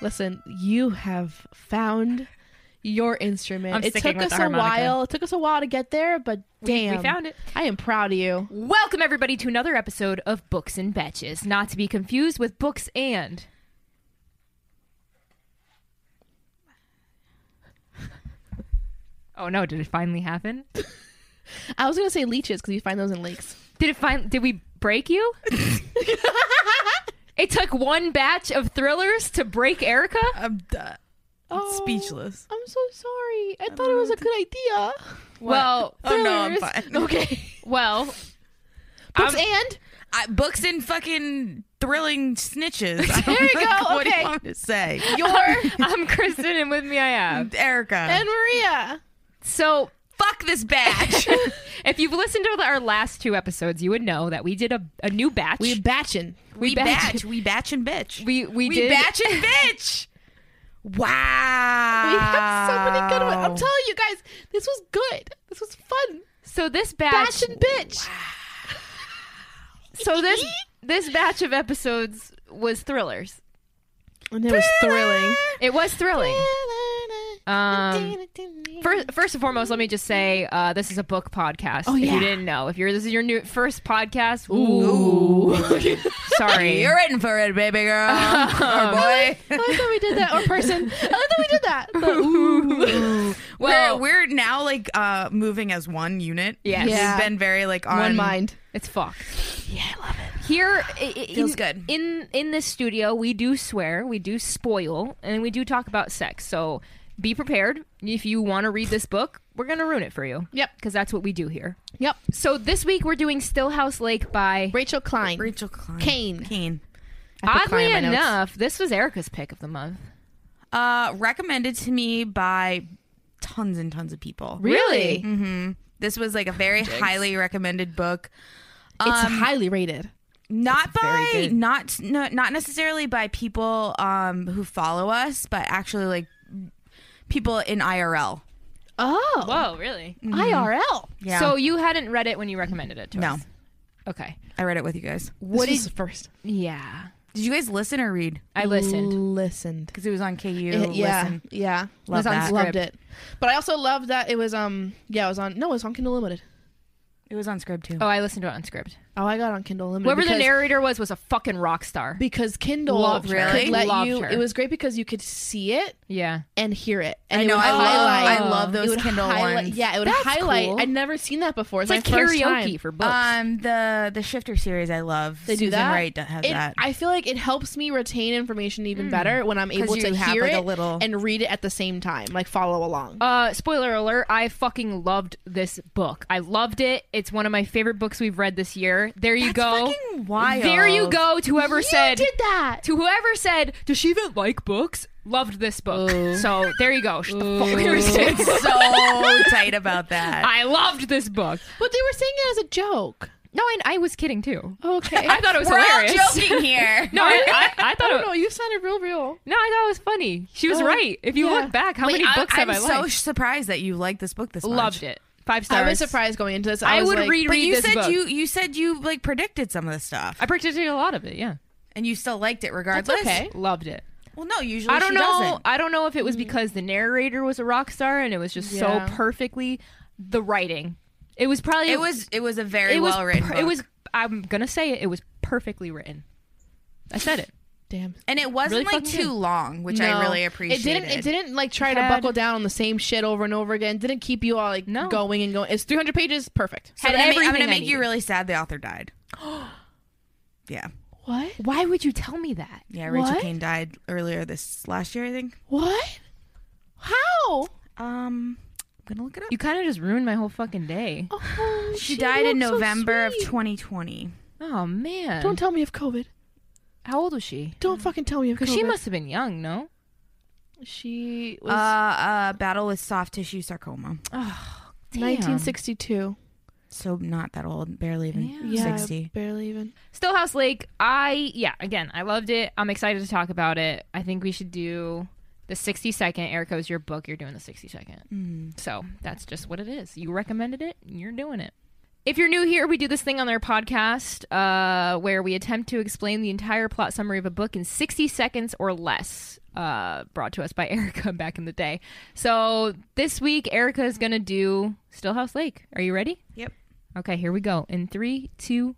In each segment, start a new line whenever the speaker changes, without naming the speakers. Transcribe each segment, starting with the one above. Listen, you have found your instrument.
I'm
it
sticking
took
with
us
the
a
harmonica.
while. It took us a while to get there, but
we
damn,
found it.
I am proud of you.
Welcome everybody to another episode of Books and Batches, not to be confused with Books and. Oh no! Did it finally happen?
I was gonna say leeches because you find those in lakes.
Did it find? Did we break you? it took one batch of thrillers to break Erica.
I'm d-
Oh,
speechless.
I'm so sorry. I, thought it was a good idea.
Well,
Oh no, I'm
There's-
fine.
Okay.
well,
Books
I'm-
and
I, books and fucking thrilling snitches. I
There you go,
What do
okay.
you want me to say?
your
I'm Kristen, and with me I have.
Erica.
and Maria.
So
fuck this batch.
if you've listened to our last two episodes, you would know that we did a, a new batch.
We batching.
we
batch.
batch. We batch and bitch.
we we,
we
did
batch and bitch. Wow.
We have so many good ones. I'm telling you guys, this was good. This was fun.
So this batch,
Batch and bitch.
so this this batch of episodes was thrillers.
And it was thrilling.
It was thrilling. Um, First, first and foremost, let me just say uh, this is a book podcast.
Oh,
If
yeah.
you didn't know, if you're this is your new first podcast, ooh, sorry.
You're in for it, baby girl. or boy.
I like that we did that. Or person. I like that we did that. The ooh.
well,
we're, we're now like uh moving as one unit.
Yes.
Yeah.
We've been very like on
One mind.
it's fucked.
Yeah, I love it.
Here i- i-
Feels
in,
good.
In in this studio, we do swear, we do spoil, and we do talk about sex. So be prepared. If you want to read this book, we're gonna ruin it for you.
Yep.
Because that's what we do here.
Yep.
So this week we're doing Stillhouse Lake by
Rachel Klein.
Rachel Klein.
Kane.
Kane.
I put Klein
oddly
in my notes.
enough, this was Erica's pick of the month.
Uh recommended to me by tons and tons of people.
Really? Mm-hmm.
This was like a very highly recommended book.
It's highly rated.
not
very
by
good.
not no, not necessarily by people um who follow us, but actually like people in IRL.
Oh.
Whoa, really?
IRL.
Yeah.
So you hadn't read it when you recommended it to
No.
us? Okay.
I read it with you guys.
What
What
is
is?
the first?
Yeah,
Did you guys listen or read?
I listened.
Listened.
Because it was on KU.
It- yeah.
Listen.
Yeah.
Love
was on
that.
Script.
Loved it. But I also loved that it was um yeah, it was on no, it was on Kindle Limited.
It was on Scrib too.
Oh, I listened to it on script.
Oh, I got on Kindle Limited.
Whoever the
because-
narrator was was a fucking rock star.
because Kindle
Loved
her.
could
Really?
let
Loved
you
her.
it was great because you could see it
Yeah.
and hear it. And
I
it
know.
would
I love.
highlight-
I love
it
those
would
Kindle
highlight-
ones.
Yeah, it would
That's
highlight.
cool.
I'd never seen that before.
It's
It's,
like
my first time.
karaoke for books.
Um the the shifter series I love.
They do
Susan
that?
Wright has
It-
that. Hmm.
I feel like it helps me retain information even better when I'm
'Cause
able
you
to
have,
hear
like,
it
a little- Oh,
and read it at the same time, like follow along.
Uh, spoiler alert, I fucking loved this book. I loved it. It's one of my favorite books we've read this year. There you
That's
go.
fucking wild.
There you go to whoever said
did that.
to whoever said, "Does she even like books?" Loved this book. So, there you go. Shut the fuck up, Kristen.
so tight about that.
I loved this book.
But they were saying it as a joke.
No, I, I was kidding too.
Okay.
I thought it was
We're all
hilarious.
joking Oh, here.
No, I, I, I
I
thought
don't
it,
know. You sounded real, real.
No, I thought it was funny. She was
Oh,
right. If you
yeah.
look back, how
Wait,
many
I-
books
I'm
have I
so
liked?
surprised that you like this book this much.
loved it. Five stars.
I was surprised going into this. I,
I,
was
would
like,
reread
But you
this
said
book.
you you said you like predicted some of the stuff,
I predicted a lot of it. Yeah,
and you still liked it regardless.
okay.
loved it.
Well, no, usually
I don't
she
know.
Doesn't. Mm.
I don't know if it was because the narrator was a rock star and it was just
Yeah.
so perfectly the writing. It was probably
It was it was a very
it was
well written.
per-
book.
It was. I'm gonna say it. It was perfectly written. I said it.
Damn.
and it wasn't
really
like
fucking
too
good.
long, which I
No.
really appreciated.
It didn't. It didn't like try
It
to
had-
buckle down on the same shit over and over again. Didn't keep you all like
No.
going and going. It's 300 pages. Perfect.
So
had
I'm gonna make- I'm
everything
gonna
I
make you
needed.
really sad. The author died. yeah,
What?
Why would you tell me that?
yeah. Rachel
What?
Kane died earlier this last year, I think.
What? How? Oh,
Um, I'm gonna look it up.
You kind of just ruined my whole fucking day.
Oh,
she died in
looked so
November
sweet.
of 2020.
Oh man.
Don't tell me of COVID.
How old was she?
Don't fucking tell me of COVID.
Because she must have been young, no?
She
Uh,
was
uh, battle with soft tissue sarcoma.
Damn.
1962.
So not that old, barely even
Yeah,
60.
barely even.
Stillhouse Lake, I yeah, again, I loved it. I'm excited to talk about it. I think we should do the 60 second. Erica, it was your book. You're doing the 60 second.
Mm-hmm.
So that's just what it is. You recommended it. You're doing it. If you're new here, we do this thing on our podcast uh, where we attempt to explain the entire plot summary of a book in 60 seconds or less. uh, brought to us by Erica back in the day. So this week, Erica is going to do Stillhouse Lake. Are you ready?
Yep.
Okay, here we go. In three, two,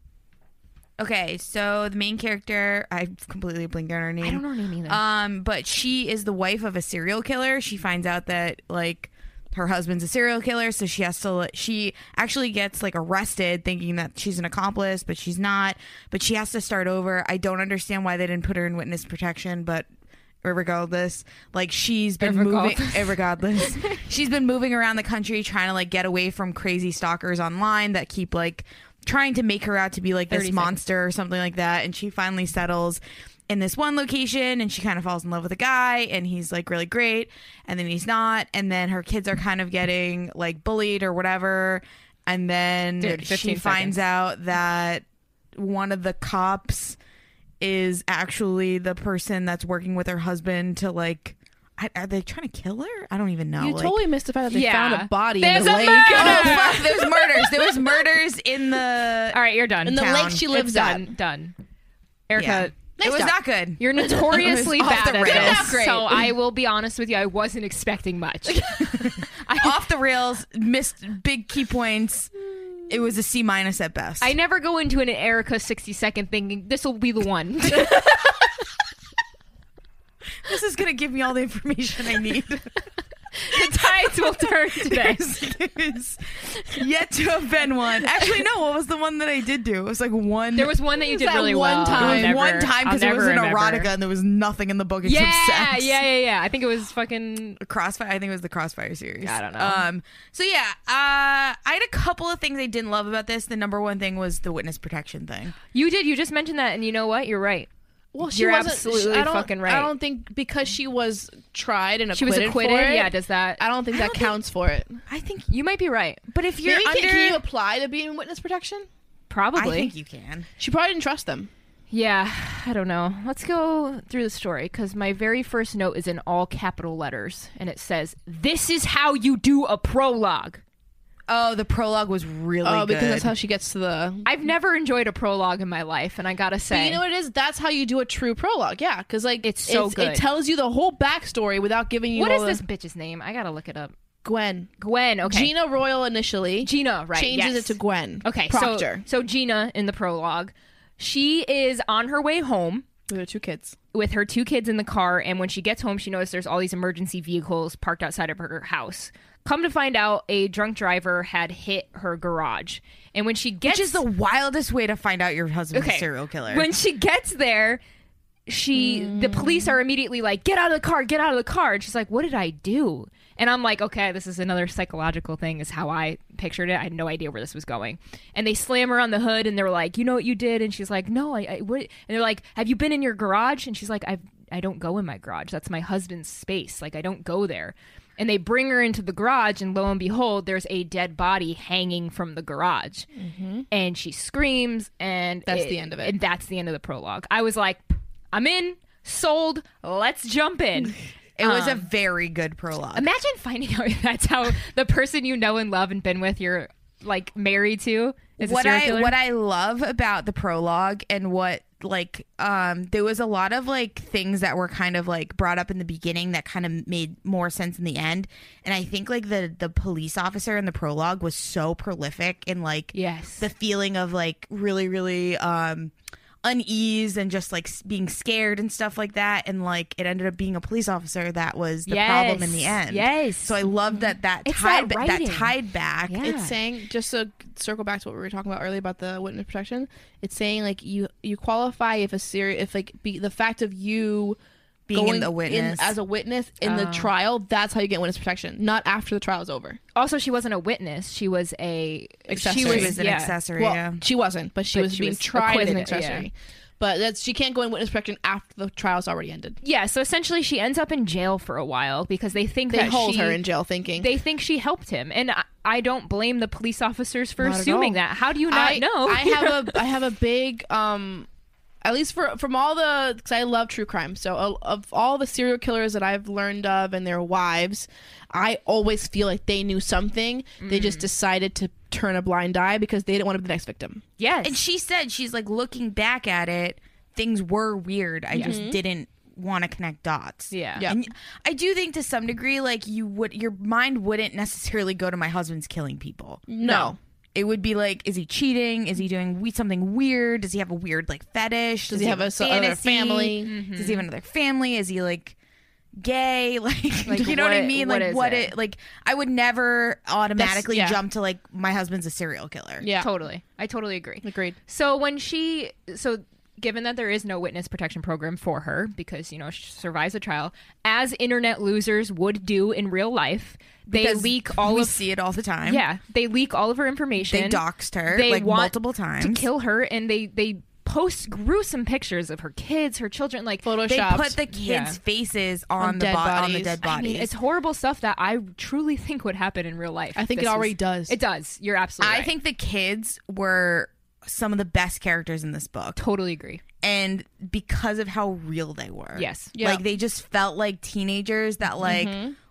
Okay, so the main character, I completely blinked on her name.
I don't know her name either.
Um, but she is the wife of a serial killer. She finds out that like her husband's a serial killer, so she has to. li- She actually gets like arrested, thinking that she's an accomplice, but she's not. But she has to start over. I don't understand why they didn't put her in witness protection, but regardless, like she's been moving.
Irregardless.
Regardless, she's been moving around the country trying to like get away from crazy stalkers online that keep like trying to make her out to be like this
30 seconds.
monster or something like that. And she finally settles in this one location and she kind of falls in love with a guy and he's like really great and then he's not and then her kids are kind of getting like bullied or whatever and then
Dude,
she
15
finds
seconds.
out that one of the cops is actually the person that's working with her husband to like I, are they trying to kill her? I don't even know.
You
like-
totally missed the fact that they
Yeah.
found a body
There's
in
a
the lake.
murder!
Oh fuck! There's murders. There was murders in the.
All right, you're done.
in the
Town.
lake she
It's
lives
done.
on.
Done. Erica,
Yeah. It
Next
was
up.
not good.
You're notoriously
It was off
bad
the
at
rails.
this,
Great.
so I will be honest with you. I wasn't expecting much.
Off the rails. Missed big key points. It was a C minus at best.
I never go into an Erica 60 second thinking this will be the one.
this is gonna give me all the information I need.
the tides will turn today.
There's yet to have been one. Actually, no. What was the one that I did do? It was like one.
There was one that you did
That
really
one
well.
time.
I'll
It was
never-
one time
I'll
because it was
never
an
remember.
erotica and there was nothing in the book except
Yeah, yeah,
sex.
yeah, yeah. I think it was fucking.
Crossfire. I think it was the Crossfire series.
I don't know.
Um. So yeah, uh, I had a couple of things I didn't love about this. The number one thing was the witness protection thing.
You did. You just mentioned that, and you know what? You're right.
Well, she
You're
wasn't,
absolutely
I don't,
fucking right.
I don't think because she was tried and
She
acquitted
was acquitted.
for it,
Yeah, does that?
I don't think that counts for it.
I think,
You might be right.
but if you're
Maybe
under,
can, can you apply to be in witness protection?
Probably.
I think you can.
She probably didn't trust them.
Yeah, I don't know. Let's go through the story because my very first note is in all capital letters and it says, This is how you do a prologue.
Oh, the prologue was really
Oh,
good.
because that's how she gets to the.
I've never enjoyed a prologue in my life, and I gotta say,
But you know what it is? That's how you do a true prologue. Yeah, because like
It's so good.
It tells you the whole backstory without giving you.
what is
all
this
the-
bitch's name? I gotta look it up.
Gwen?
Gwen, okay.
Gina Royal initially
Gina, right.
changes
yes.
it to Gwen.
Okay,
Proctor.
So, so Gina in the prologue, she is on her way home
we have two kids.
with her two kids in the car and when she gets home she notices there's all these emergency vehicles parked outside of her house come to find out a drunk driver had hit her garage and when she gets
Which is the wildest way to find out your husband's a
Okay.
serial killer.
when she gets there she the police
Mm.
are immediately like get out of the car get out of the car and she's like what did i do and i'm like okay this is another psychological thing is how i pictured it i had no idea where this was going and they slam her on the hood and they're like you know what you did and she's like no i, I what and they're like have you been in your garage and she's like i've i don't go in my garage that's my husband's space like i don't go there and they bring her into the garage and lo and behold there's a dead body hanging from the garage and she screams and
Mm-hmm. That's the end of it.
and that's the end of the prologue i was like i'm in sold let's jump in
it was a very good prologue.
imagine finding out that's how the person you know and love and been with you're like married to is
what
a serial
I
killer.
what I love about the prologue and what like um there was a lot of like things that were kind of like brought up in the beginning that kind of made more sense in the end and I think like the the police officer in the prologue was so prolific in like
yes
the feeling of like really really um unease and just like s- being scared and stuff like that and like it ended up being a police officer that was the problem in the
Yes.
end
Yes.
so I love that that
It's
tied
that
ba- that
writing.
tied back
Yeah.
It's saying just to circle back to what we were talking about earlier about the witness protection. It's saying like you you qualify if a serious if like be, the fact of you
Being in
going
the witness.
as a witness in
Oh.
the trial. That's how you get witness protection, not after the trial is over.
also she wasn't a witness she was a
Accessory.
she
she
was,
was an
yeah.
accessory
Well,
yeah.
she wasn't, but she
But
was
she
being
was
tried as an
acquitted,
accessory. But that's she can't go in witness protection after the trial's already ended.
yeah so essentially she ends up in jail for a while because they think
They
that
hold
she,
her in jail, thinking
they think she helped him and I, I don't blame the police officers for
Not at
assuming
all.
that how do you not
I
know
I have a I have a big um at least for from all the because I love true crime. So of, of all the serial killers that I've learned of and their wives, I always feel like they knew something. They
Mm.
just decided to turn a blind eye because they didn't want to be the next victim.
yes
And she said she's like looking back at it, things were weird. I just didn't want to connect dots.
Yeah.
Mm-hmm. Yeah.
And I do think to some degree, like you would, your mind wouldn't necessarily go to my husband's killing people.
No.
It would be like, is he cheating? Is he doing we- something weird? Does he have a weird like fetish?
Does he have a- so- other
fantasy?
family?
Mm.
Mm-hmm.
Does he have another family? Is he like gay? Like,
Like,
you know what, I
what-
mean?
what
like
is
what
it?
it? Like I would never automatically
yeah.
jump to like my husband's a serial killer.
Yeah.
Totally. I totally agree.
Agreed.
So when she, so given that there is no witness protection program for her because you know she survives a trial, as internet losers would do in real life, they
Because
leak all
we
of
see it all the time.
yeah, they leak all of her information.
They doxed her
They
like
want
multiple times.
to kill her, and they they post gruesome pictures of her kids, her children, like
Photoshopped.
they put the kids'
Yeah.
faces on,
On
the
dead
bo- on the
bodies.
dead
I
bodies.
mean, it's horrible stuff that I truly think would happen in real life.
I think
This
it already
was-
does.
It does. You're absolutely.
I
right.
think the kids were some of the best characters in this book,
totally agree.
and because of how real they were,
Yes. Mm-hmm.
Yeah.
like they just felt like teenagers that like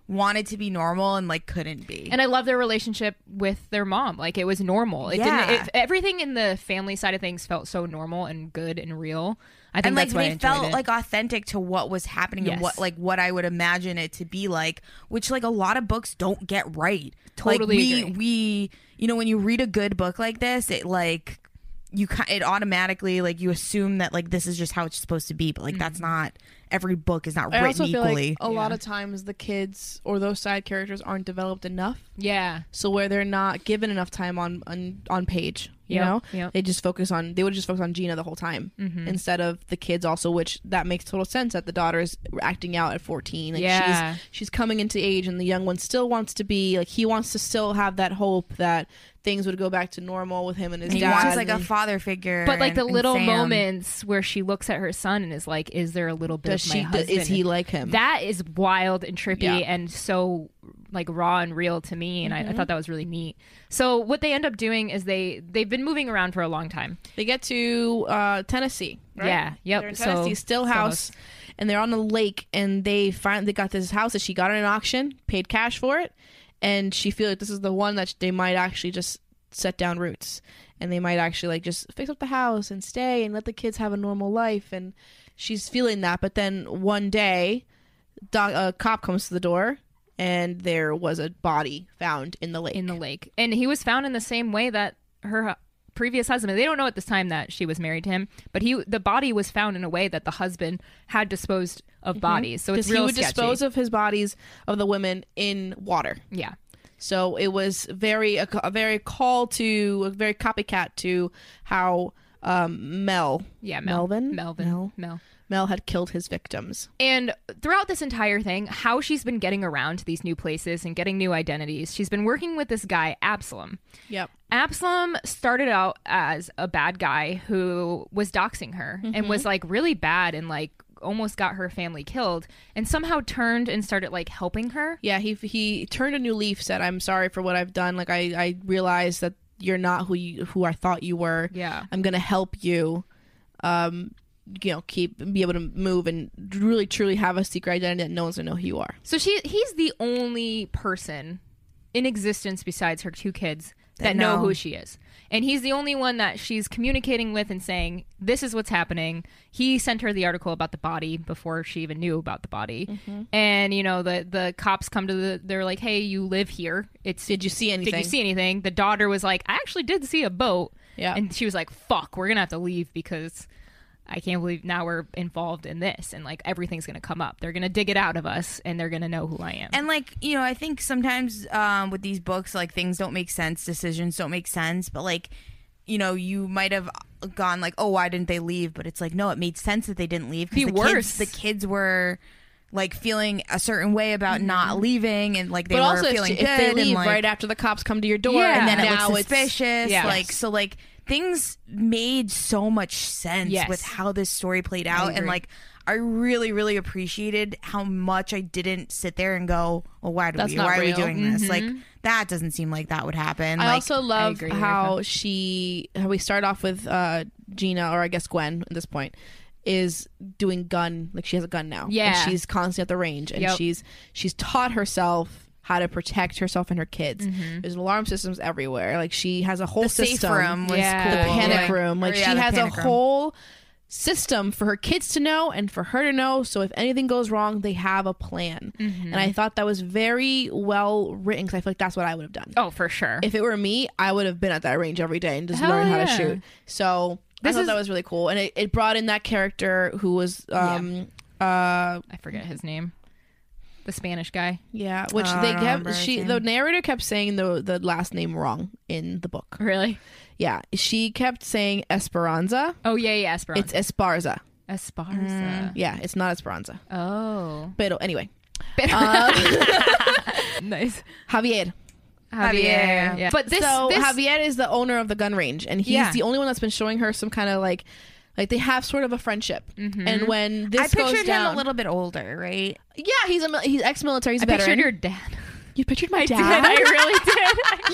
wanted to be normal and like couldn't be.
And I love their relationship with their mom. Like it was normal. It
Yeah.
didn't. It, everything in the family side of things felt so normal and good and real. I think
and like
that's why I
they
enjoyed
felt
it.
like authentic to what was happening and
Yes.
what like what I would imagine it to be like, which like a lot of books don't get right.
Totally
like, we
agree.
we you know when you read a good book like this, it like you ki- it automatically like you assume that like this is just how it's supposed to be, but like
Mm-hmm.
that's not every book is not
I
written
also feel
equally.
like a lot of times the kids or those side characters aren't developed enough.
yeah.
so where they're not given enough time on on, on page you
Yep,
know
yep.
they just focus on they would just focus on gina the whole time instead of the kids also which that makes total sense that the daughter is acting out at 14 like
Yeah.
she's she's coming into age and the young one still wants to be like he wants to still have that hope that things would go back to normal with him and his
And he
dad
wants like a
and-
father figure,
But like the
and- and
little
Sam.
moments where she looks at her son and is like, "Is there a little bit
does
of my
she
husband?"
is he like him
that is wild and trippy
Yeah. Mm-hmm.
and so like raw and real to me and I, I thought that was really neat so what they end up doing is they they've been moving around for a long time
they get to uh tennessee right?
yeah yep
They're in
So-
Tennessee, still house, and they're on the lake, and they find they got this house that she got in an auction, paid cash for it, and she feels like this is the one that they might actually just set down roots, and they might actually like just fix up the house and stay and let the kids have a normal life, and she's feeling that. But then one day, doc, a cop comes to the door, and there was a body found in the lake.
in the lake and he was found in the same way that her hu- previous husband they don't know at this time that she was married to him but he the body was found in a way that the husband had disposed of bodies so it's
because Mm-hmm.
real
he would
sketchy.
dispose of his bodies of the women in water.
yeah
So it was very a, a very call to a very copycat to how um, Mel
yeah Mel.
Melvin?
melvin
Mel?
mel
Mel had killed his victims.
And throughout this entire thing, how she's been getting around to these new places and getting new identities, she's been working with this guy, Absalom.
Yep.
Absalom started out as a bad guy who was doxing her and was like really bad and like almost got her family killed and somehow turned and started like helping her.
Yeah, he he turned a new leaf. Said, "I'm sorry for what I've done. Like I I realized that you're not who you who I thought you were.
Yeah.
I'm gonna help you. Um, you know, keep be able to move and really truly have a secret identity that no one's gonna know who you are.
So she he's the only person in existence besides her two kids that, know.
know.
who she is. And he's the only one that she's communicating with and saying, This is what's happening. He sent her the article about the body before she even knew about the body. And, you know, the the cops come to the they're like, Hey, you live here. It's
Did you see anything?
did you see anything? The daughter was like, I actually did see a boat.
Yeah.
And she was like, fuck, we're going to have to leave because I can't believe now we're involved in this and like everything's going to come up. They're going to dig it out of us and they're going to know who I am.
And like you know, I think sometimes um, with these books, like things don't make sense, decisions don't make sense. But like, you know, you might have gone like, oh, why didn't they leave? But it's like, no, it made sense that they didn't leave. 'cause
Be
the
worse.
Kids, the kids were like feeling a certain way about not leaving, and like they
Mm-hmm. but also,
were
if,
feeling
if
good.
they
and,
leave
like,
right after the cops come to your door,
Yeah.
and
and
then
then it
now
looks
it's
suspicious.
Yes.
Like so, like things made so much sense
Yes.
with how this story played out, and
agree.
like I really, really appreciated how much I didn't sit there and go, "Well, why do
That's
we?
not
Why are we
real. Mm-hmm.
doing this? Like that doesn't seem like that would happen."
I
like,
also love
agree,
how she how we start off with uh, Gina or I guess Gwen at this point is doing gun like she has a gun now.
Yeah.
and she's constantly at the range and
Yep.
she's she's taught herself how to protect herself and her kids. There's alarm systems everywhere. Like she has a whole
Mm-hmm. the safe
system.
room was
Yeah.
cool.
The panic
Like,
room. Like
yeah,
she
the
has a
panic room.
whole system for her kids to know and for her to know so if anything goes wrong they have a plan
Mm-hmm.
and i thought that was very well written because i feel like that's what i would have done
Oh, for sure.
if it were me i would have been at that range every day and just
Hell
learned how to
yeah.
shoot so
This
i thought
is-
that was really cool and it, it brought in that character who was um uh
I forget his name. The Spanish guy.
yeah which
I
they
don't remember
kept
his
she
name.
the narrator kept saying the the last name wrong in the book
Really?
yeah she kept saying esperanza
Oh yeah, yeah. Esperanza.
it's esparza
Esparza.
yeah Um, it's not esperanza
Oh.
but anyway uh,
nice.
javier
Javier.
Yeah. But this,
so
this
Javier is the owner of the gun range, and he's
Yeah.
the only one that's been showing her some kind of like, like they have sort of a friendship. And when this
I
goes
pictured
down,
him a little bit older, right?
yeah, he's a mil- he's ex-military. He's
I
a veteran.
pictured your dad.
you pictured my
Dad, I
dad.
really did.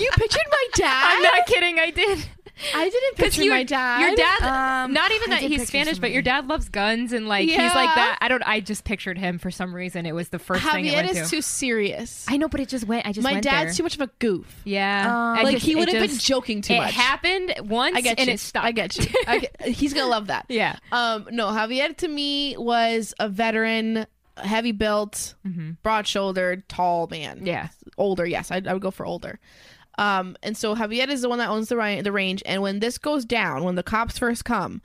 you pictured my dad.
I'm not kidding. I did.
I didn't
'Cause
picture
you-
my dad.
Your dad.
Um,
not even
I
that
did
he's
picture
Spanish, but your dad loves guns and like he's
Yeah.
like that. I don't. I just pictured him for some reason. It was the first thing it
Javier
went
is
to.
too serious.
I know, but it just went. I just
my
went
dad's too
there.
much of a goof.
Yeah.
Um,
I
like
just-
he
it
would have been
just-
joking too
it
much.
happened once
I get
and
you.
it stopped.
I get you. I get- he's gonna love that.
yeah.
Um, no, Javier to me was a veteran, heavy built,
Mm-hmm.
broad shouldered, tall man.
Yeah.
older. Yes, I, I would go for older. Um, and so Javier is the one that owns the ri- the range. And when this goes down, when the cops first come,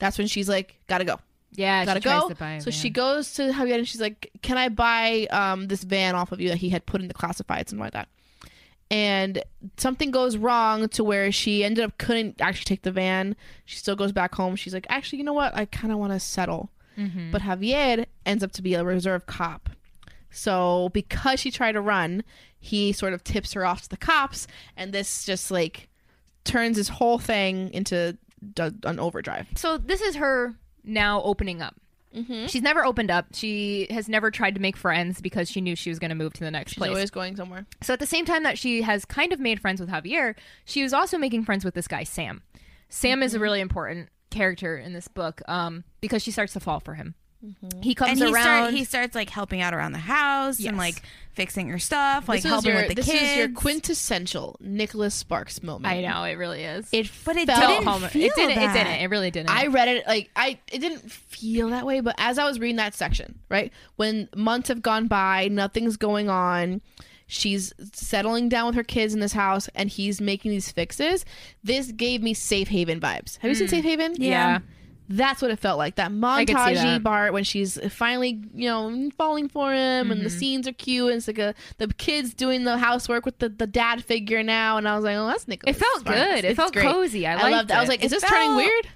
that's when she's like, "Gotta go,
Yeah.
gotta
she
go."
Tries to buy a
so
van.
she goes to Javier and she's like, "Can I buy um this van off of you that he had put in the classifieds and like that?" And something goes wrong to where she ended up couldn't actually take the van. She still goes back home. She's like, "Actually, you know what? I kind of want to settle."
Mm-hmm.
But Javier ends up to be a reserve cop. So because she tried to run, he sort of tips her off to the cops, and this just like turns this whole thing into d- an overdrive.
so this is her now opening up. She's never opened up. She has never tried to make friends because she knew she was going to move to the next
She's
place.
always going somewhere.
so at the same time that she has kind of made friends with Javier, she was also making friends with this guy Sam. Sam is a really important character in this book um, because she starts to fall for him. He comes
and he,
around.
start, he starts like helping out around the house
Yes.
and like fixing her stuff, like
This is
helping
your
with the
this
kids.
is your quintessential Nicholas Sparks moment.
I know it really is.
It
But it
felt-
didn't
Homer-
feel
it didn't.
that.
It didn't. It really didn't.
I read it like I it didn't feel that way, but as I was reading that section, right? When months have gone by, nothing's going on, she's settling down with her kids in this house and he's making these fixes. This gave me safe haven vibes. Have you seen Safe Haven?
yeah.
That's what it felt like. That
could see
montagey
that.
part when she's finally, you know, falling for him and
Mm-hmm.
the scenes are cute and it's like a, the kids doing the housework with the, the dad figure now and I was like, Oh, that's Nicholas.
It felt
Sparks.
good. It
It's
felt
great.
cozy. I
I
liked
loved it. I was
it.
like, is
It
this turning
felt-
weird?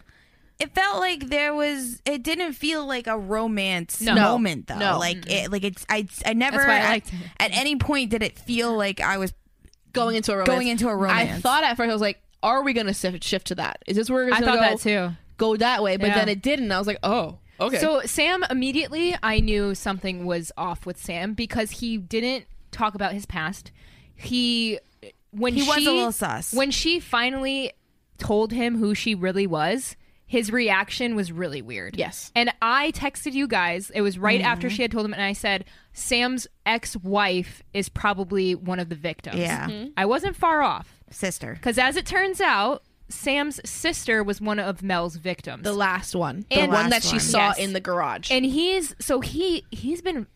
It felt like there was. It didn't feel like a romance
No.
moment though.
No.
Like it. Like it's. I. I never.
why I
at-
liked it.
At any point did it feel like I was
going into a romance.
going into a romance.
I thought at first I was like, are we gonna shift, shift to that? Is this where we're
I
gonna
thought
go,
that too.
go that way? But
Yeah.
then it didn't. I was like, oh, okay.
So Sam immediately I knew something was off with Sam because he didn't talk about his past. He when
He
she,
was a little sus.
When she finally told him who she really was, his reaction was really weird.
Yes.
And I texted you guys. It was right after
Mm-hmm.
she had told him and I said Sam's ex-wife is probably one of the victims. Mm-hmm.
Yeah.
I wasn't far off
sister.
cuz as it turns out Sam's sister was one of Mel's victims.
the last one, the
And-
one
last
that she
one.
saw
Yes.
in the garage.
and he's so he he's been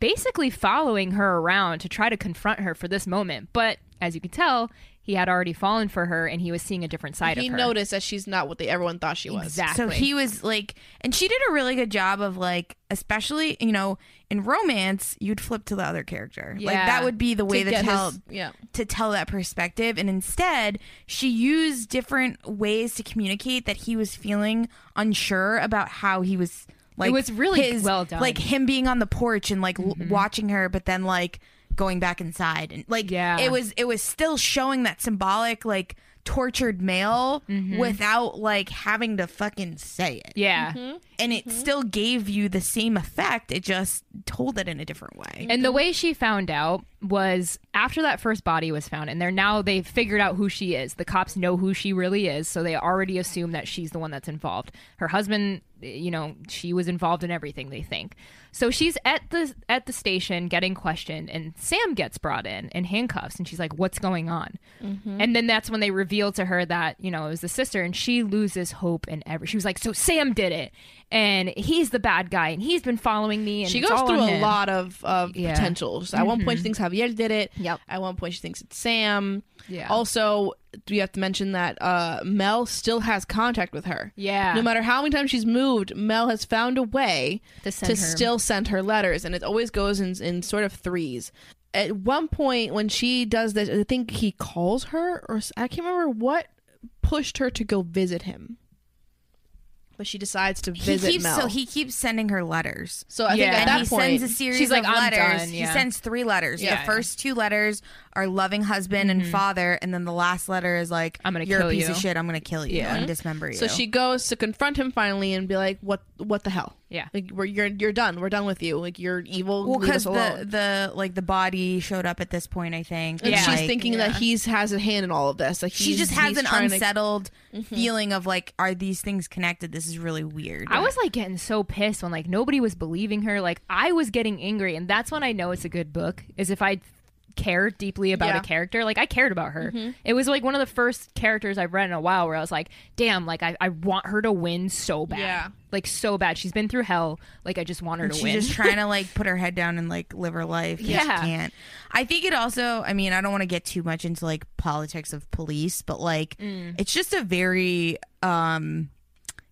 basically following her around to try to confront her for this moment but as you can tell he had already fallen for her and he was seeing a different side
he
of her
noticed that she's not what they everyone thought she was.
exactly
So he was like, and she did a really good job of like, especially you know, in romance, you'd flip to the other character. Like
Yeah.
that would be the way
To
to,
get
tell
his- yeah.
to tell that perspective. And instead, she used different ways to communicate that he was feeling unsure about how he was. Like
was really
his-
well done. Mm-hmm.
Like him being on the porch and like l- watching her, but then like going back inside and like
Yeah.
it was it was still showing that symbolic like tortured male
Mm-hmm.
without like having to fucking say it
yeah
and it
Mm-hmm.
still gave you the same effect it just told it in a different way
and the way she found out was after that first body was found and they're now they've figured out who she is the cops know who she really is so they already assume that she's the one that's involved her husband you know she was involved in everything they think so she's at the at the station getting questioned and sam gets brought in in handcuffs and she's like what's going on
Mm-hmm.
and then that's when they reveal to her that you know it was the sister and she loses hope and every she was like so sam did it and he's the bad guy and he's been following me and
She
it's
goes
all
through
on
a
him."
lot of, of
Yeah. Mm-hmm.
potentials. At one point, she thinks Javier did it.
Yep.
At one point, she thinks it's Sam.
Yeah.
Also, we have to mention that uh, Mel still has contact with her.
Yeah.
No matter how many times she's moved, Mel has found a way
To send her-
still send her letters, and it always goes in, in sort of threes. At one point, when she does this, I think he calls her, or s- I can't remember what pushed her to go visit him. But she decides to
He
visit
keeps
Mel.
so he keeps sending her letters.
So I
Yeah.
think at
And
that
he
point,
sends a series
She's
of
like, "I'm
letters.
done,"
He
yeah.
sends three letters.
Yeah,
the
yeah.
first two letters are loving husband and father, and then the last letter is like,
I'm gonna
you're
kill
a piece of
you."
shit. I'm gonna kill you
Yeah.
and dismember you."
So she goes to confront him finally and be like, "What? What the hell?
Yeah.
like we're, you're you're done. We're done with you. Like you're evil.
well,
because
because the the like the body showed up at this point, I think.
and
Yeah.
she's
like-
thinking that
yeah.
he's has a hand in all of this. Like
she
he's-
just has
he's
an
trying to-
unsettled
Mm-hmm.
feeling of like, are these things connected? This is really weird.
I was like getting so pissed when like nobody was believing her. Like I was getting angry, and that's when I know it's a good book. Is if I care deeply about
Yeah.
a character. Like I cared about her.
Mm-hmm.
It was like one of the first characters I've read in a while where I was like, damn, like I, I want her to win so bad.
Yeah.
Like so bad. She's been through hell. Like I just want her to
She's
win.
just trying to like put her head down and like live her life. Yeah, she
Yeah.
can't. I think it also. I mean, I don't want to get too much into like politics of police, but like
Mm.
it's just a very um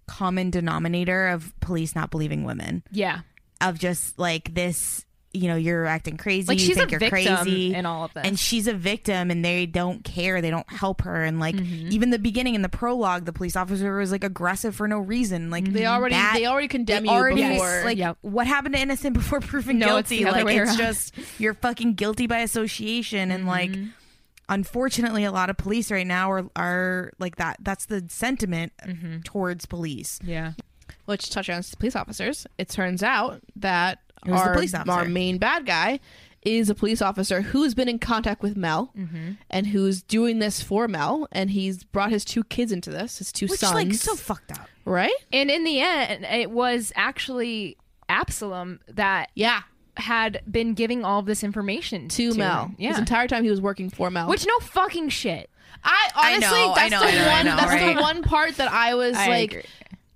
common denominator of police not believing women.
yeah.
Of just like this, you know, you're acting crazy.
Like
you
she's a
think you're
victim
crazy.
in all of this.
and she's a victim and they don't care they don't help her and like
Mm-hmm.
even the beginning in the prologue the police officer was like aggressive for no reason like
Mm-hmm.
They already
that-
they already condemn
they
you
already-
before.
like
Yep.
what happened to innocent before proven
No, it's the
guilty
other
like
way
it's
around.
just you're fucking guilty by association and like unfortunately a lot of police right now are are like that that's the sentiment towards police
yeah.
which touch on police officers. It turns out that
was the
our,
police officer.
our main bad guy is a police officer who's been in contact with Mel
Mm-hmm.
and who's doing this for Mel, and he's brought his two kids into this, his two
which
sons,
like so fucked up
right?
And in the end, it was actually Absalom that
Yeah,
had been giving all of this information
to,
to
Mel.
him.
His
Yeah.
entire time he was working for Mel,
Which no fucking shit.
I honestly,
know, I
that's
know,
the
I know, I
one.
know,
that's
right?
the one part that I was
I
like,
agree.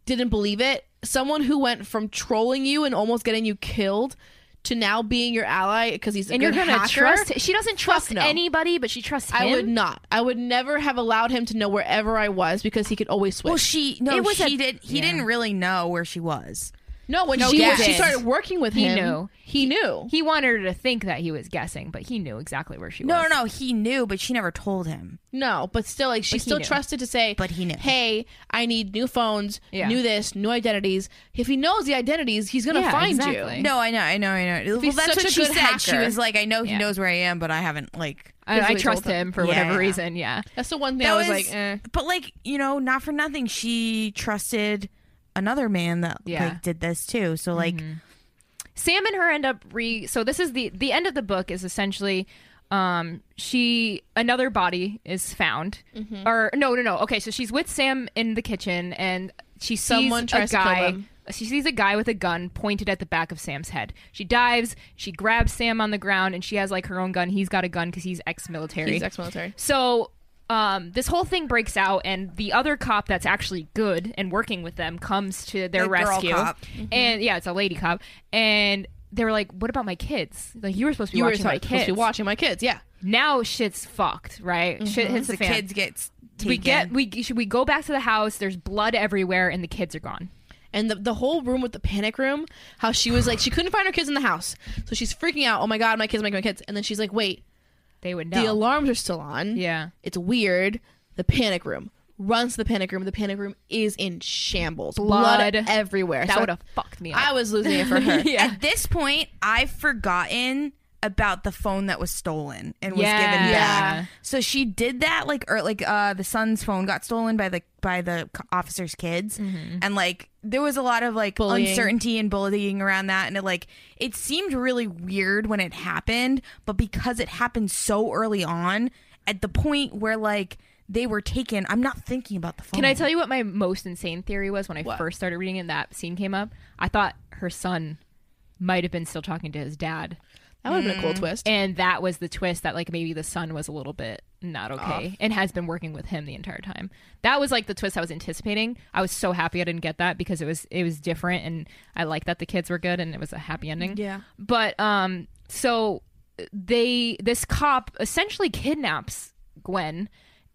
didn't believe it. Someone who went from trolling you and almost getting you killed to now being your ally because he's a
and you're
good
gonna
hacker,
trust. She doesn't trust
no.
anybody, but she trusts him.
I would not. I would never have allowed him to know wherever I was because he could always switch.
well she no
It was
she
a-
did he didn't really know where she was
no, when
No,
she,
he
she
did.
started working with
He
him,
knew.
He knew.
He wanted her to think that he was guessing, but he knew exactly where she
no
was.
no no he knew but she never told him
no, but still, like she
But he
still
knew.
trusted to say,
But he knew.
Hey, I need new phones,
Yeah.
new this, new identities. If he knows the identities, he's gonna
Yeah,
find
exactly.
you.
No, I know, I know, I know. Well,
He's
that's
such
what
a
she
good
said. She
hacker.
was like, I know he
Yeah.
knows where I am, but I haven't like.
I, I
physically
trust
told him.
him for
Yeah,
whatever
yeah.
reason. Yeah,
That's the one thing
That
I was,
was-
like, eh.
But like, you know, not for nothing, she trusted another man that
Yeah.
like did this too. So like,
Mm-hmm.
Sam and her end up re. So this is the the end of the book is essentially, um, she another body is found,
Mm-hmm.
or no, no, no. Okay, so she's with Sam in the kitchen, and she sees
Someone tries
a
to kill
guy.
him.
She sees a guy with a gun pointed at the back of Sam's head. She dives. She grabs Sam on the ground, and she has like her own gun. He's got a gun because he's ex-military.
He's ex-military.
So um, this whole thing breaks out, and the other cop that's actually good and working with them comes to their
The girl
rescue.
cop.
Mm-hmm.
And yeah, it's a lady cop. And they were like, "What about my kids? Like you were supposed to be
You were
watching my
supposed
kids.
to be watching my kids. Yeah.
Now shit's fucked, right?
Mm-hmm.
Shit hits the,
the
fan.
kids get taken.
we get we should we go back to the house. There's blood everywhere, and the kids are gone.
And the, the whole room with the panic room, how she was like, she couldn't find her kids in the house. So she's freaking out. Oh my God, my kids, my, my kids. And then she's like, wait,
They would know.
the alarms are still on.
yeah,
It's weird. The panic room runs to the panic room. The panic room is in shambles.
Blood.
everywhere.
that
So
would have fucked me up.
I was losing it for her.
yeah.
At this point, I've forgotten about the phone that was stolen and was
Yeah.
given
Yeah.
back. So she did that like or like uh the son's phone got stolen by the by the c- officer's kids and like there was a lot of like
Mm-hmm. Bullying.
uncertainty and bullying around that and it like it seemed really weird when it happened, but because it happened so early on at the point where like they were taken. I'm not thinking about the phone.
Can I tell you what my most insane theory was when I
Oh. What?
first started reading it? and That scene came up. I thought her son might have been still talking to his dad,
That would have been a cool twist.
and that was the twist that like maybe the son was a little bit not okay and has been working with him the entire time. That was like the twist I was anticipating. I was so happy I didn't get that because it was it was different and I like that the kids were good and it was a happy ending.
Yeah.
But um so they this cop essentially kidnaps Gwen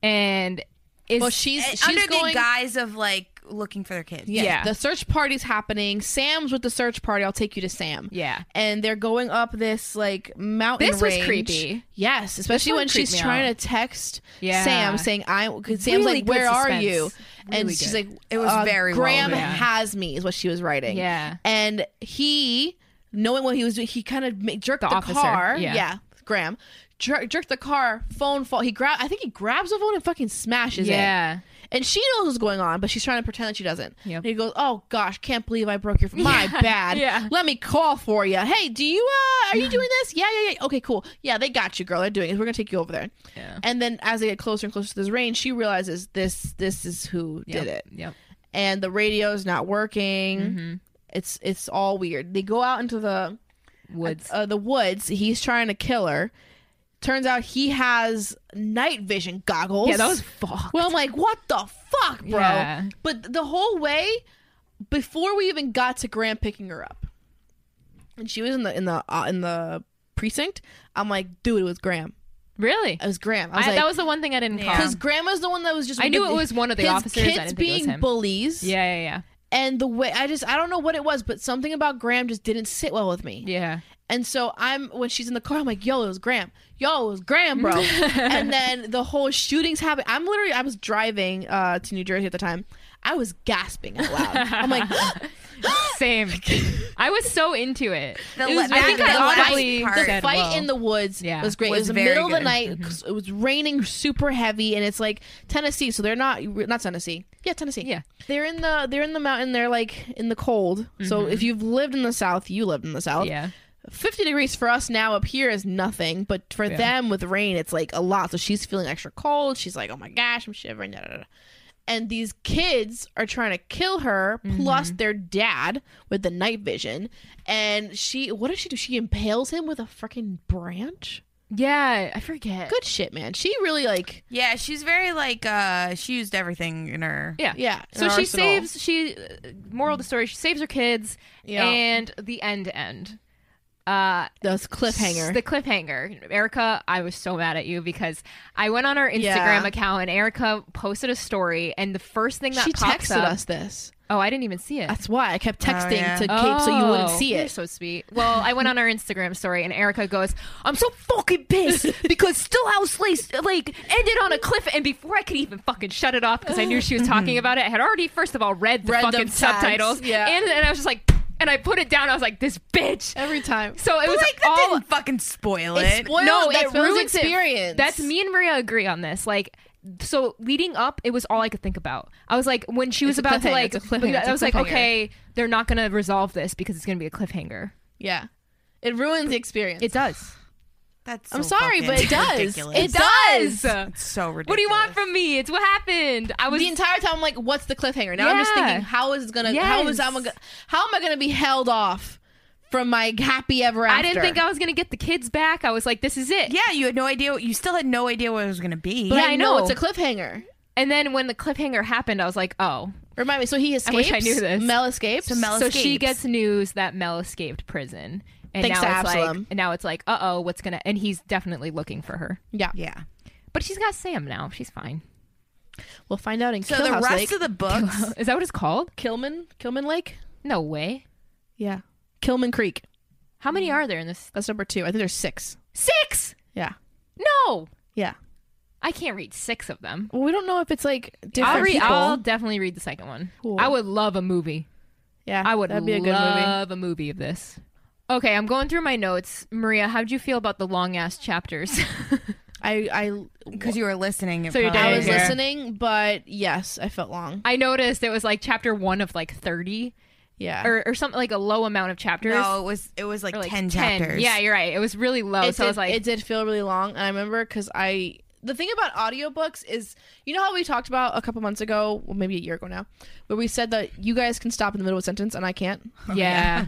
and is
Well, she's
And
she's
Eh, under the
going.
guise of like looking for their kids.
yeah.
Yeah.
The search party's happening. Sam's with the search party. I'll take you to Sam.
yeah.
And they're going up this like mountain.
This was
range.
creepy.
Yes, especially
one
when she's
creeped me
trying
out.
to text
Yeah.
Sam saying I cuz Sam's
Really
like
good
where are
suspense.
you? And
Really
she's
good.
like
It was
uh,
very well
Graham
written.
has me is what she was writing.
Yeah.
And he knowing what he was doing, he kind of jerked the,
The officer,
car.
yeah.
Graham jer- jerked the car, phone fall. He grab I think he grabs the phone and fucking smashes it.
Yeah.
And she knows what's going on, but she's trying to pretend that she doesn't.
Yep.
And he goes, "Oh gosh, can't believe I broke your my
Yeah,
bad.
yeah.
Let me call for you. Hey, do you uh are you doing this? Yeah, yeah, yeah. Okay, cool. Yeah, they got you, girl. They're doing it. We're gonna take you over there.
Yeah.
And then as they get closer and closer to this range, she realizes this this is who
Yep.
did it,
Yep.
and the radio's not working.
Mm-hmm.
It's it's all weird. They go out into the
Woods.
uh, the woods. He's trying to kill her. Turns out he has night vision goggles.
yeah, that was fucked.
Well, I'm like, what the fuck, bro?
Yeah.
But the whole way before we even got to Graham picking her up, and she was in the in the uh, in the precinct. I'm like, dude, it was Graham.
really?
It was Graham. I
I
was like,
that was the one thing I didn't call.
because Graham was the one that was just.
I knew it was one of the
his
officers. I
Kids
didn't think it
being
was him.
bullies.
Yeah, yeah,
And the way I just I don't know what it was, but something about Graham just didn't sit well with me.
yeah. Yeah.
And so I'm when she's in the car, I'm like, yo, it was Graham. Yo, it was Graham, bro. and then the whole shootings happen. I'm literally I was driving uh to New Jersey at the time. I was gasping out loud. I'm like
Same. I was so into it.
The,
It was-
that-
I think
the
I
last
audibly
part.
the
said-
fight
well.
in the woods
Yeah.
was great.
Was
it was the
very
middle of the
good.
night.
Mm-hmm.
'cause It was raining super heavy, and it's like Tennessee, so they're not not Tennessee. Yeah, Tennessee.
Yeah.
they're in the they're in the mountain. They're like in the cold. So if you've lived in the South, you lived in the South.
Mm-hmm. Yeah.
50 degrees for us now up here is nothing, but for
Yeah.
them with rain, it's like a lot. So she's feeling extra cold. She's like, oh my gosh, I'm shivering. Da, da, da. da." And these kids are trying to kill her,
Mm-hmm.
plus their dad with the night vision. And she, what does she do? She impales him with a freaking branch?
Yeah, I forget.
Good shit, man. She really, like,
Yeah, she's very like uh she used everything in her
Yeah.
yeah.
So
her
she
arsenal.
saves she uh, moral of the story, she saves her kids
Yeah.
and the end end. Uh
the cliffhanger.
The cliffhanger. Erica, I was so mad at you because I went on our Instagram
Yeah.
account and Erica posted a story and the first thing that
she
pops
texted
up
us this.
Oh, I didn't even see it.
That's why I kept texting
yeah.
to Kate so you wouldn't
Oh,
see
You're
it.
so sweet. Well, I went on our Instagram story and Erica goes, "I'm so fucking pissed because Stillhouse Lace like ended on a cliff." And before I could even fucking shut it off because I knew she was talking about it, I had already first of all read
Mm-hmm.
the
Read the
fucking
tags,
subtitles.
yeah.
and and I was just like, and I put it down. I was like, "This bitch."
Every time.
So it was
like that
all
didn't Oh, fucking spoil it.
It spoiled
no,
that
it
Spell's
ruins
experience.
It. That's me and Maria agree on this. Like, so leading up, it was all I could think about. I was like, when she was
It's a
about to
cliffhanger,
like,
it's a cliffhanger, it's a
I was like,
cliffhanger.
okay, they're not gonna resolve this because it's gonna be a cliffhanger.
Yeah. It ruins the experience.
It does.
That's
I'm
so
sorry,
fucking
but it does.
ridiculous.
It does.
It's so ridiculous.
What do you want from me? It's what happened. I was.
the entire time I'm like, what's the cliffhanger? Now I'm just
Yeah.
thinking, how is it gonna how is
Yes.
I'm gonna how am I gonna be held off from my happy ever after?
I didn't think I was gonna get the kids back. I was like, this is it.
Yeah, you had no idea. You still had no idea what it was going to be.
but
Yeah,
I
I
know
know.
it's a cliffhanger.
And then when the cliffhanger happened, I was like, oh.
Remind me, so he escapes.
wish I knew this.
Mel escapes.
So Mel-
so she
escapes.
gets news that Mel escaped prison. And
Thanks to
now it's
Absalom.
like, and now it's like, uh oh, what's gonna? And he's definitely looking for her.
yeah.
yeah.
But she's got Sam now. She's fine.
We'll find out in
So
Kill
the
House
rest
Lake.
of the books,
Is that what it's called?
Kilman Kilman Lake.
No way.
Yeah, Kilman Creek.
How many are there in this?
That's number two. I think there's six.
Six.
Yeah,
No,
yeah.
I can't read six of them.
Well, we don't know if it's like different
I'll read.
people.
I'll definitely read the second one.
Cool.
I would love a movie.
yeah,
I would
That'd be a good movie.
love a movie of this. Okay, I'm going through my notes. Maria, how did you feel about the long ass chapters?
I I
because you were listening. it
So your
probably-
I
dad
was
Yeah.
listening, but yes, I felt long.
I noticed it was like chapter one of like 30
Yeah,
or, or something like a low amount of chapters.
No, it was it was like,
Or, like,
ten chapters.
Yeah, you're right. It was really low.
it
Oh, so
did,
I was like,
it did feel really long and i remember because i the thing about audiobooks is you know how we talked about a couple months ago, well maybe a year ago now, where we said that you guys can stop in the middle of a sentence and I can't.
yeah.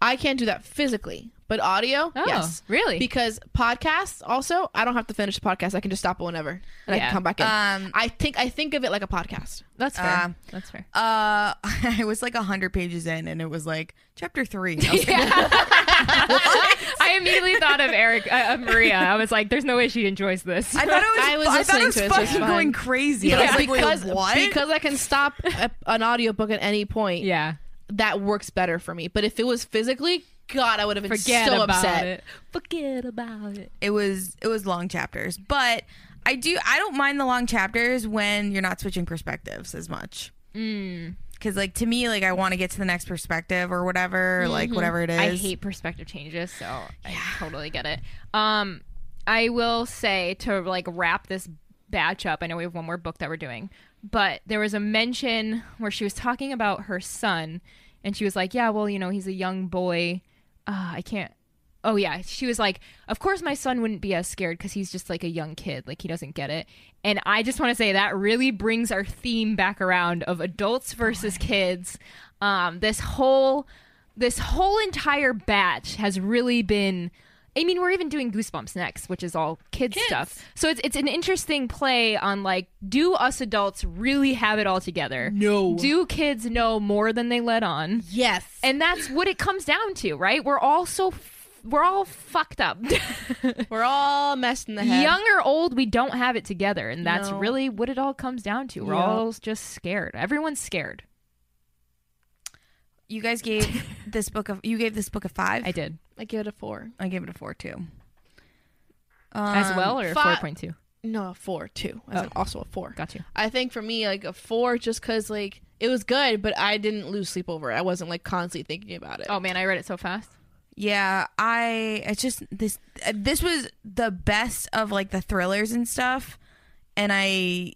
I can't do that physically, but audio,
Oh,
yes.
really?
Because podcasts also, I don't have to finish the podcast. I can just stop it whenever and I
Yeah.
can come back in.
Um,
I think I think of it like a podcast.
That's fair.
Uh,
That's fair.
Uh, I was like hundred pages in, and it was like chapter three. I was like,
I immediately thought of Eric, uh, of Maria. I was like, "There's no way she enjoys this."
I thought
I
it was.
was
I, thought
listening
it was
to it, so
fucking
it's fine.
going crazy. And I was like, wait,
because
what?
because I can stop a, an audiobook at any point.
yeah,
that works better for me. But if it was physically, God, I would have been
forget
so
about
upset.
it. Forget about it.
it was it was long chapters, but I do I don't mind the long chapters when you're not switching perspectives as much.
Mm.
Because like to me, like I want to get to the next perspective or whatever, like whatever it is.
Mm-hmm. I hate perspective changes, so I totally get it. Um, I will say to like wrap this batch up. I know we have one more book that we're doing, but there was a mention where she was talking about her son, and she was like, "Yeah, well, you know, he's a young boy. Uh, I can't." Oh yeah, she was like, "Of course, my son wouldn't be as scared because he's just like a young kid. Like he doesn't get it." And I just want to say that really brings our theme back around of adults versus kids. Um, this whole this whole entire batch has really been I mean, we're even doing Goosebumps next, which is all kids, stuff. So it's it's an interesting play on like, do us adults really have it all together?
No.
Do kids know more than they let on?
Yes.
And that's what it comes down to, right? We're all so f- we're all fucked up.
We're all messed in the head.
Young or old, we don't have it together, and that's
No.
really what it all comes down to. We're
Yeah.
all just scared. Everyone's scared.
You guys gave this book of you gave this book a five.
I did
I give it a four.
I gave it a four too. Um,
as well, or four
fi-
point two.
No, a four too. As in also a four.
Got you.
Oh. I think for me, like a four, just because like it was good, but I didn't lose sleep over it. I wasn't like constantly thinking about it.
Oh man, I read it so fast.
Yeah, I it's just this uh, this was the best of like the thrillers and stuff, and I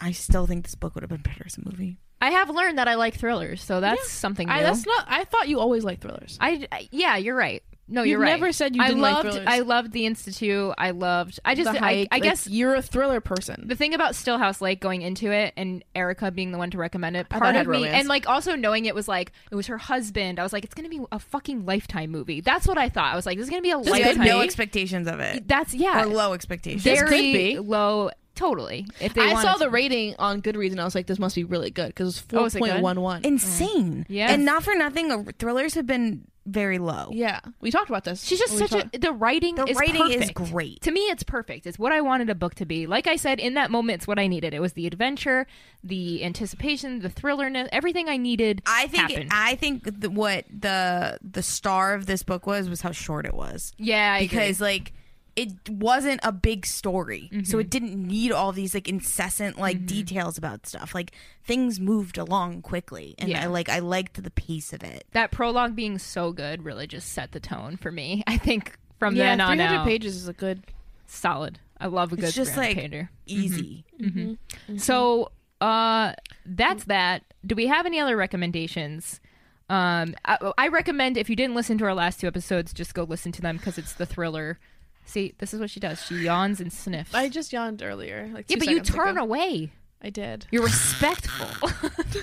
I still think this book would have been better as a movie.
I have learned that I like thrillers, so that's something new.
I, that's not. I thought you always liked thrillers.
I, I- yeah, you're right. No,
You've
you're right.
never said you
I
didn't like
loved,
thrillers.
I loved the Institute. I loved. I just.
The
I,
Hike,
I
like,
guess
you're a thriller person.
the thing about Stillhouse Lake going into it and Erica being the one to recommend it,
I thought
part
it had
of me,
romance.
and like also knowing it was like it was her husband. I was like, it's gonna be a fucking lifetime movie. That's what I thought. I was like, this is gonna be a
This
Like, I had
could
lifetime.
be.
no expectations of it
That's yeah.
or low expectations.
This
very
could be.
low. Totally. If they
I
wanted
saw
to-
the rating on Goodreads and I was like, this must be really good because it
Oh,
was
is it
four
good?
point one one.
insane.
Yeah.
And not for nothing, uh, thrillers have been very low.
Yeah, we talked about this.
She's just
when we
such a. The writing
The
is
writing is
perfect.
great.
To me, it's perfect. It's what I wanted a book to be. Like I said, in that moment, it's what I needed. It was the adventure, the anticipation, the thrillerness, everything I needed.
I think
happened.
I think the, what the the star of this book was was how short it was.
yeah, I
because
because
like it wasn't a big story so
Mm-hmm.
it didn't need all these like incessant like details about stuff like things moved along quickly and
Yeah.
i like i liked the pace of it
that prologue being so good really just set the tone for me. I think from
yeah,
then on
three hundred
out,
pages is a good.
solid. I love a good
it's just
300
like
pager.
easy
Mm-hmm.
So uh, that's that. Do we have any other recommendations? Um, I, I recommend if you didn't listen to our last two episodes, just go listen to them because it's the thriller. See, this is what she does. She yawns and sniffs.
I just yawned earlier. Like
yeah,
two
but you
seconds
turn
ago.
away.
I did.
You're respectful.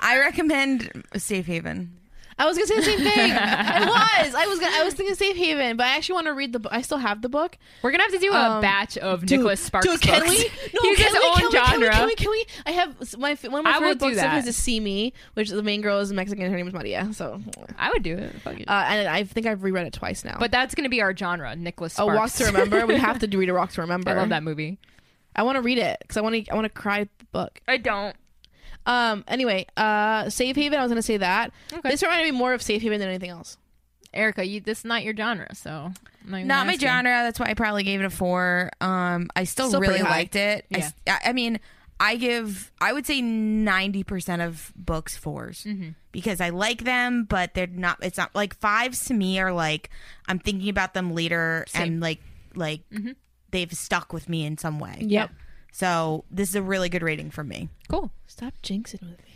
i recommend safe haven
I was gonna say the same thing. it was. I was. Gonna, I was thinking Safe Haven, but I actually want to read the. book. I still have the book.
We're gonna have to do a
Um,
batch of Nicholas Sparks.
Dude, can
books.
we? No,
He's
can,
his
we, can, we,
own
can we?
genre.
Can we? Can we? I have s- my f- one of my
I will
favorite
do
books of
that.
his is See Me, which the main girl is Mexican. Her name is Maria. So,
I would do it. Fuck it.
uh, and I think I've reread it twice now.
but that's gonna be our genre. Nicholas
a
Sparks.
Walk to Remember. We have to do read a Walk to Remember.
I love that movie.
I want to read it because I want to. I want to cry at the book.
I don't.
Um. Anyway, uh, Safe Haven. I was gonna say that.
Okay.
This reminded me more of Safe Haven than anything else.
Erica, you, this is not your genre, so I'm even
not my
asking.
genre that's why i probably gave it a four um i still,
Still
really
pretty high.
liked it I
Yeah.
s- I, I mean i give i would say 90% of books 4s
Mm-hmm.
because i like them but they're not it's not like fives to me are like i'm thinking about them later and like like
Mm-hmm.
they've stuck with me in some way
Yep.
so this is a really good rating for me
Cool.
Stop jinxing with me.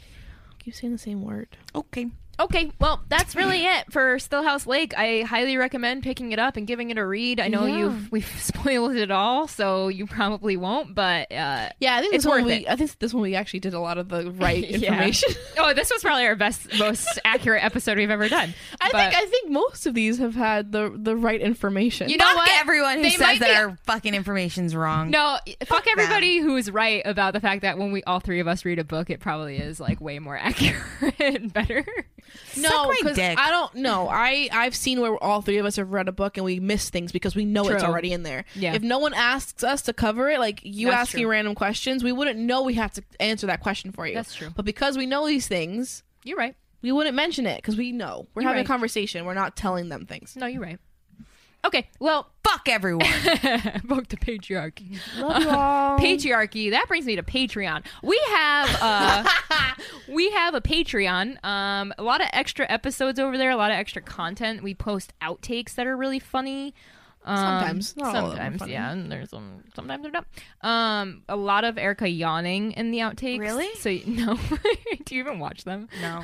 keep saying the same word.
okay
Okay, well, that's really it for Stillhouse Lake. I highly recommend picking it up and giving it a read. I know
Yeah.
you've we've spoiled it all, so you probably won't. But uh,
Yeah, I think this
It's
one
worth
we I think this one we actually did a lot of the right
Yeah.
information.
oh, this was probably our best, most accurate episode we've ever done.
I
But-
think I think most of these have had the the right information.
You know
Fuck
what?
everyone who
They
says
might
that
be-
our fucking information's wrong.
No, fuck
them.
everybody who's right about the fact that when we all three of us read a book, it probably is like way more accurate and better.
Suck
no,
my
because
dick.
I don't know. I I've seen where all three of us have read a book and we miss things because we know it's
True.
already in there.
Yeah.
If no one asks us to cover it, like you
That's
asking
true.
random questions, we wouldn't know we have to answer that question for you.
That's true.
But because we know these things,
You're right.
we wouldn't mention it because we know we're
You're
having
right.
a conversation. We're not telling them things.
No, you're right. Okay, well,
Fuck everyone.
book the patriarchy.
Love you all.
Patriarchy. That brings me to Patreon. We have uh, we have a Patreon. Um, a lot of extra episodes over there. A lot of extra content. We post outtakes that are really funny. Um,
Sometimes. Not all of them are
sometimes,
funny.
yeah. And there's some. Sometimes they're not. Um, a lot of Erica yawning in the outtakes.
Really?
So no. do you even watch them?
No.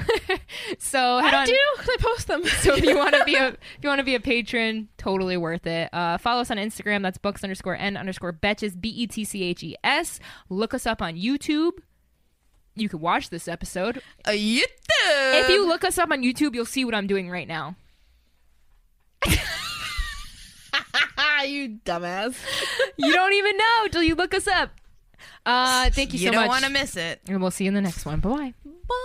So head
I
on-
do. 'cause I post them.
so if you want to be a if you want to be a patron, totally worth it. Uh, follow us on Instagram. That's books underscore n underscore betches b e t c h e s. Look us up on YouTube. You can watch this episode.
Uh, you
If
Um,
you look us up on YouTube, you'll see what I'm doing right now.
Ah, you dumbass.
You don't even know till you look us up. Uh, thank you,
you
so
don't
much,
want to miss it.
and we'll see you in the next one. Bye bye.
Bye.